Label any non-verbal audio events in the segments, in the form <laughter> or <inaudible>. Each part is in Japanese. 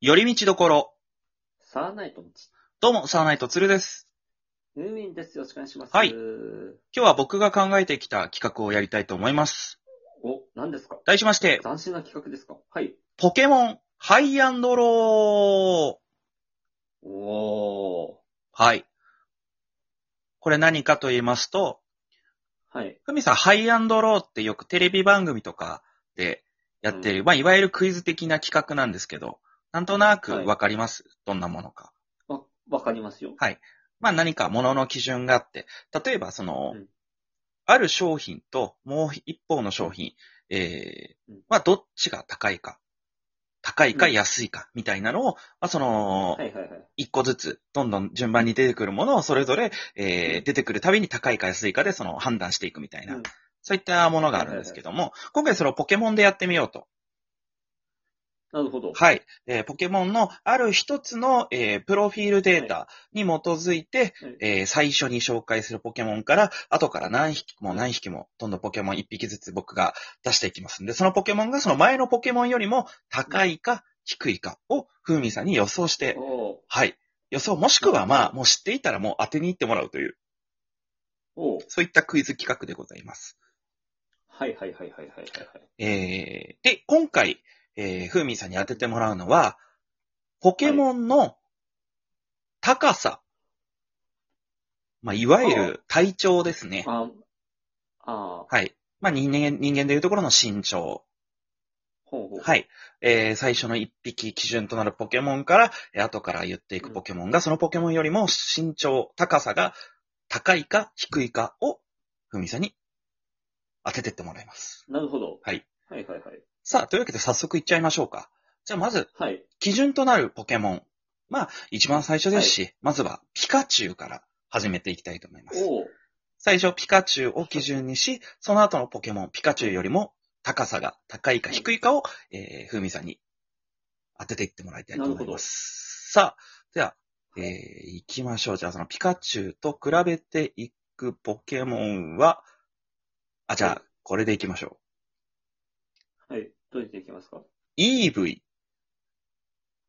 寄り道どころ。サーナイトのつどうも、サーナイトツルです。ムーミンです。よろしくお願いします。はい。今日は僕が考えてきた企画をやりたいと思います。お、何ですか題しまして、斬新な企画ですかはい。ポケモン、ハイアンドロー。おー。はい。これ何かと言いますと、はい。ふみさん、ハイアンドローってよくテレビ番組とかでやってる、まあ、いわゆるクイズ的な企画なんですけど、なんとなくわかります、どんなものか。わ、わかりますよ。まあ何か物の基準があって、例えばその、うんある商品ともう一方の商品、えーうんまあどっちが高いか、高いかうん安いかみたいなのを、まあそのは、いはいはい。一個ずつ、どんどん順番に出てくるものをそれぞれ、えうーん出てくるたびに高いか安いかでその判断していくみたいな、うんそういったものがあるんですけども、今回それをポケモンでやってみようと。なるほど。はい。えーポケモンのある一つの、えープロフィールデータに基づいて、はいえー最初に紹介するポケモンから、後から何匹も何匹も、どんどんポケモン1匹ずつ僕が出していきますんで、そのポケモンがその前のポケモンよりも高いか低いかを、ふうみんさんに予想して、おはい。予想、もしくはまあ、もう知っていたらもう当てに行ってもらうという、ー。おー。そういったクイズ企画でございます。はいはいはいはいはいはいはい。えーで、今回、えー、ふうみんさんに当ててもらうのは、ポケモンの高さ。まあ、いわゆる体長ですね。あ、あー。はい。まあ、人間、人間でいうところの身長。ほうほう。。はいい。えー最初の一匹基準となるポケモンから、えー後から言っていくポケモンが、そのポケモンよりも身長、高さが高いか低いかを、ふうみんさんに当ててってもらいます。なるほど。はい。はいはいはい。さあ、というわけで早速いっちゃいましょうか。じゃあ、まず、はい。基準となるポケモン。まあ、一番最初ですし、まずはピカチュウから始めていきたいと思います。おー。最初、ピカチュウを基準にし、その後のポケモン、ピカチュウよりも高さが高いか低いかを、えー、ふうみんさんに当てていってもらいたいと思います。さあ、では、えー、行きましょう。じゃあ、そのピカチュウと比べていくポケモンは、あ、じゃあ、これで行きましょう。はい。どうやっていきますかイーブイ。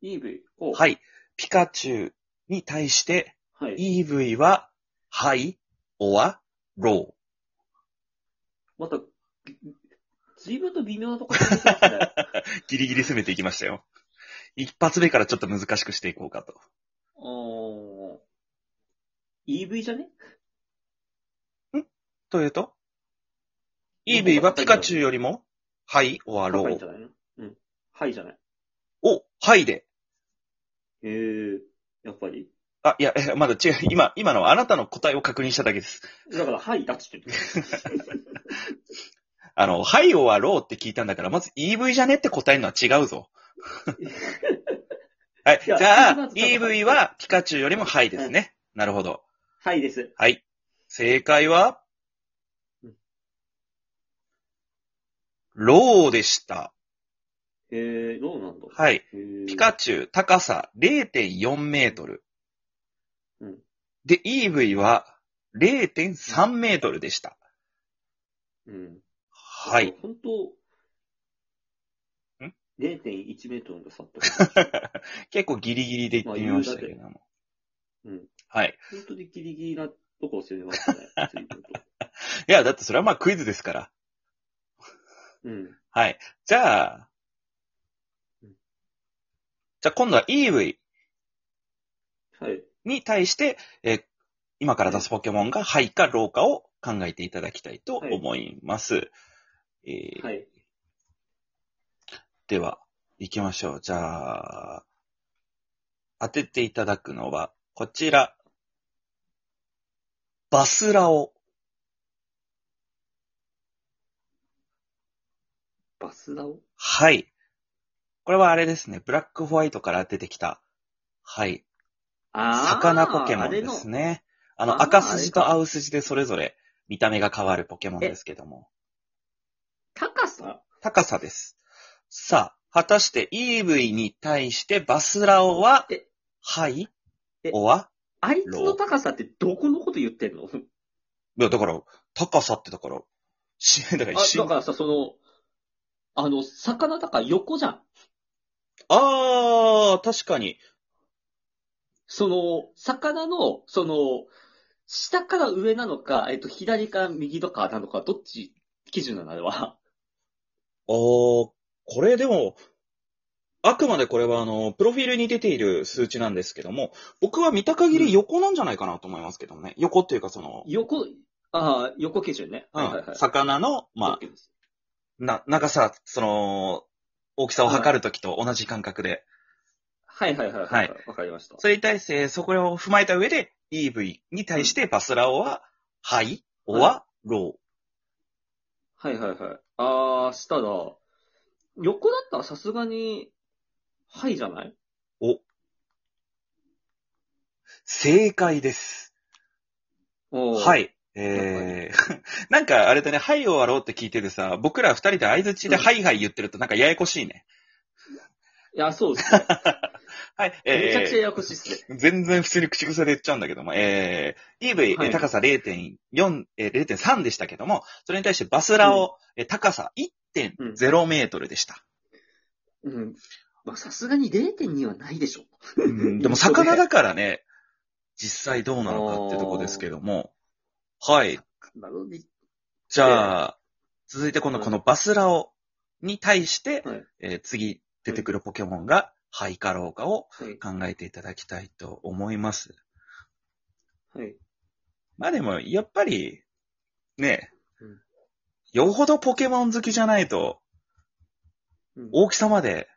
?EV。おー。。はいい。ピカチュウに対して、はい。 EV は、はい、or, low。また、ぎ随分と微妙なところに出てますね。 <laughs> ギリギリ攻めていきましたよ。一発目からちょっと難しくしていこうかと。おー。EV じゃねというと ?EV はピカチュウよりも、はい、or, 高いんじ low。ゃないのうん。はいじゃない。お、はいで。へえ、やっぱり。あ、いや、えまだ違う。 <laughs> 今、今のはあなたの答えを確認しただけです。だから、はいだっつってる。あの、はい、or, low って聞いたんだから、まず EV じゃねって答えるのは違う <laughs> ぞ。はい。いじやゃあま、ずちょっと EV はピカチュウよりもはいですね。なるほど。はいです。はい。正解はうん、ローでした。へえ、どうなんだ。はい。へーピカチュウ、高さ0.4メートル。うんで、EV は0.3メートルでした。うん。はい。。本当ん ?0.1 メートルの差ってこ <laughs> 結構ギリギリで言ってみましたけれども。と。うん。はい。本当にギリギリなとこを攻めましたね。随分といや、だってそれはまあクイズですから。うん。はい。じゃあうん、じゃあ今度は EV はい。に対して、えー今から出すポケモンがハイかローかを考えていただきたいと思います。えーはい。では、行きましょう。じゃあ、当てていただくのは、こちら。バスラオ。バスダオはい。これはあれですね。ブラックホワイトから出てきた。はい。あ魚ポケモンですね。ね。ああの、ー赤筋あとれか青筋でそれぞれ見た目が変わるポケモンですけども。高さ高さです。さあ、果たして EV に対してバスラオはえ、はいえおはあいつの高さってどこのこと言ってんのいや、だから、高さってだから、 <laughs> し、だから、あ、しだからさ、その、あの、魚だから横じゃん。あー、確かに。その、魚の、その、下から上なのか、えっと、左か右とかなのか、どっち基準なのあれは。あー、これでも、あくまでこれはあの、プロフィールに出ている数値なんですけども、僕は見た限り横なんじゃないかなと思いますけどもね。横っていうかその、横、ああ、横基準ね。うはいはいはんい。魚の、まあ、 OK ですな、長さ、その、大きさを測るときと同じ感覚で、はいはいはいはい。わかりました。それに対して、そこを踏まえた上で、EV に対して、バスラオは、はい、おは、ロはいはいはい。あー、したら、横だったらさすがに、はいじゃない。ー。正解です。はいい。えー、 <laughs> なんかあれだね、はいを割ろうって聞いてるさ、僕ら二人で相槌でうんはいはい言ってるとなんかややこしいね。いや、そうですね。はい、めちゃくちゃえややこしいっすね。ー、全然普通に口癖で言っちゃうんだけども、えー、EV、はい高さ0.4、えー、0.3でしたけども、それに対してバスラオ、えー高さ1.0メートルでした。うん。まあ、さすがに0.2はないでしょ。うんでも魚だからね、実際どうなのかってとこですけども。はい。なので、じゃあ、続いて今度このバスラオに対して、はいえー次出てくるポケモンがハイかロうかをはい。考えていただきたいと思います。はい。まあでも、やっぱり、ねうん、よほどポケモン好きじゃないと、うん大きさまで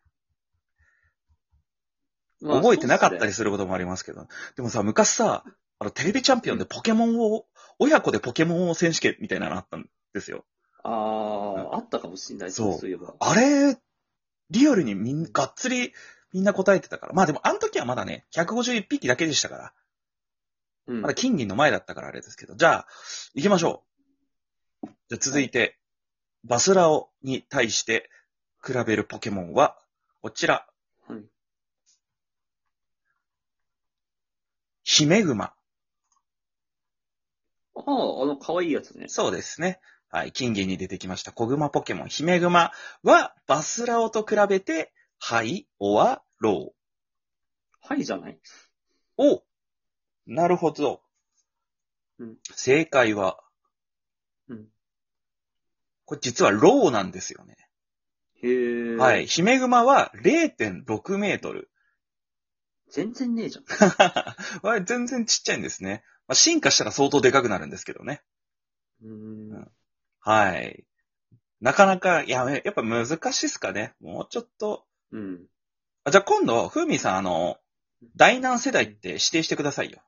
まあ覚えてなかったりそうっすねすることもありますけど。でもさ、昔さ、あの、テレビチャンピオンでポケモンを、親子でポケモンを選手権みたいなのあったんですよ。ああ、あったかもしれないですそねうそういえば。あれ、リアルにみん、がっつりみんな答えてたから。まあでも、あの時はまだね、151匹だけでしたから。うんまだ金銀の前だったからあれですけど。じゃあ、行きましょう。じゃあ続いて、バスラオに対して比べるポケモンは、こちら、はいヒメグマ。ああ、あの、可愛いやつね。そうですね。はい。金銀に出てきました。小熊ポケモン、ヒメグマは、バスラオと比べて、はい、おは、ロはいじゃないー。おなるほど。うん正解は、うんこれ実はローなんですよね。へえ。はい。。ヒメグマは0.6メートル。 <laughs> 全然ねえじゃん。は全然ちっちゃいんですね。まあ、進化したら相当でかくなるんですけどね。うーん。はい。なかなか、いや、やっぱ難しいっすかね。もうちょっと、うん。あじゃあ今度、ふうみんさん、あの、第何世代って指定してくださいよ。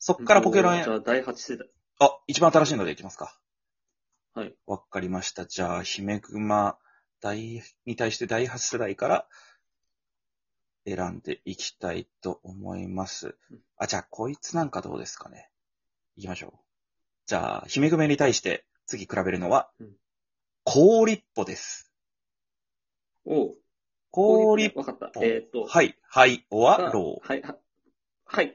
そっからポケロじン、ゃあ、第8世代。あ、一番新しいのでいきますか。はい。わかりました。じゃあ、ヒメグマ第に対して第8世代から選んでいきたいと思います。あ、じゃあ、こいつなんかどうですかね。いきましょう。じゃあ、ヒメグマに対して次比べるのはうん、コーリッポです。おう。コーリッわかった。ポ。えーっと。はい、はい、おは、あロー。はい。ははい。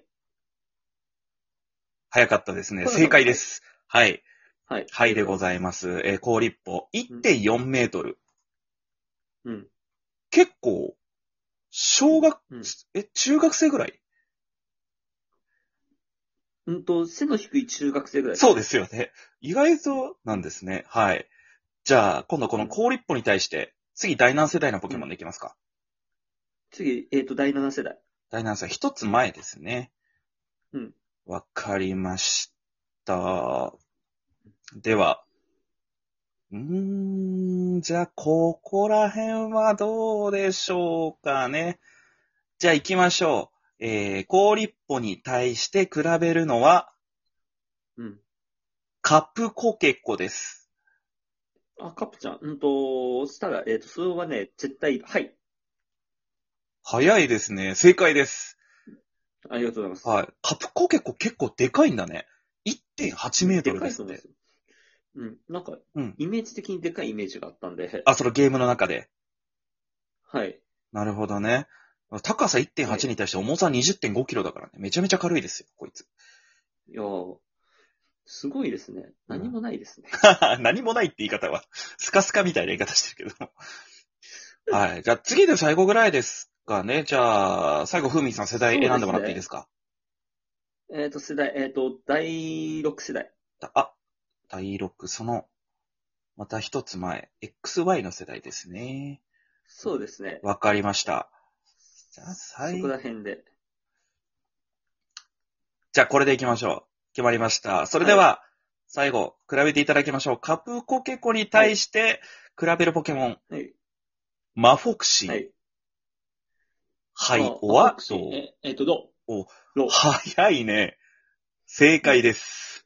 早かったですね。これ正解です。はい。はい。はいでございます。えー、高立歩1.4メートル。うん。結構、小学、うんえ、中学生ぐらいうんと、背の低い中学生ぐらい。そうですよね。意外となんですね。はい。じゃあ、今度この高立歩に対して、次第何世代のポケモンでいきますか、次、えーっと、第7世代。第何世代一つ前ですね。うん。わかりました。では、うーん、じゃあ、ここら辺はどうでしょうかね。じゃあ行きましょう。えー、高立歩に対して比べるのは、うん。カプコケコです。あ、カップちゃん。うんと、したら、えーっと、それはね、絶対、はい。早いですね。正解です。ありがとうございます。はい。カプコケコ結構でかいんだね。1.8メートでルかでいすとっ思いて。ますよ。うん。なんか、うんイメージ的にでかいイメージがあったんで。あ、そのゲームの中で。はい。なるほどね。高さ1.8に対して重さ20.5キロだからね。めちゃめちゃ軽いですよ、こいつ。 <laughs> いやーすごいですね。うん何もないですね。何もないって言い方は、スカスカみたいな言い方してるけど。はい。じゃあ次で最後ぐらいですかね。じゃあ、最後、ふみさん世代選んでもらっていいですかえっ、と、世代、えっ、と、第6世代。あ、第6、その、また一つ前、XY の世代ですね。そうですね。わかりました。じゃあ、そ最こ後ら。辺で。じゃあ、これでいきましょう。決まりました。それでは、最後、比べていただきましょう。カプコケコに対して、比べるポケモン、はい。マフォクシー、ははい、い。はいあ、おわアクシとー、ええっ、と、ロ。おロ。早いね。正解です。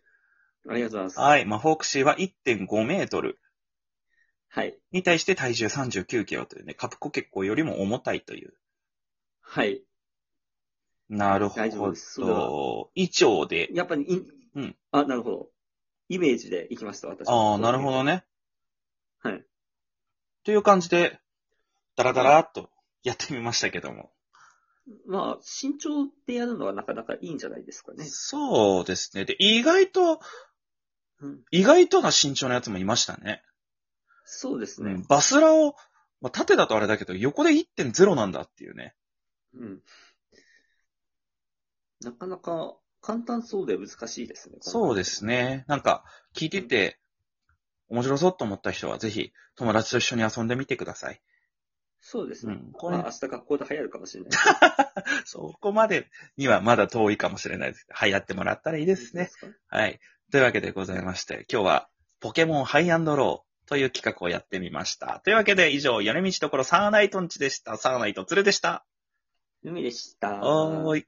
ありがとうございます。はい、マフォクシーは1.5メートルはい。に対して体重39キロというね、カプコケコよりも重たいという。はい。なる大丈夫ほですそれど。以上で。やっぱり、いうんあ、なるほど。イメージでいきました、私ああ、なるほ。どね。はい。という感じで、ダラダラっとやってみましたけども。まあ、身長でやるのはなかなかいいんじゃないですかね。そうですね。で、意外と、うん、意外とな身長のやつもいましたね。そうですうねん。バスラを、まあ、縦だとあれだけど、横で1.0なんだっていうね。うん。なかなか簡単そうで難しいですね。そうですね。なんか、聞いてて、面白そうと思った人は、ぜひ、友達と一緒に遊んでみてください。そうですうね。ん。こまれあ、明、日学校で流行るかもしれないでそこまでにはまだ遠いかもしれないです。流行ってもらったらいいですすね。 <laughs> ね。はい。というわけでございまして、今日は、ポケモンハイアンドローという企画をやってみました。というわけで、以上、米道ところサーナイトンチでした。サーナイトツルでした。海でした。おーい。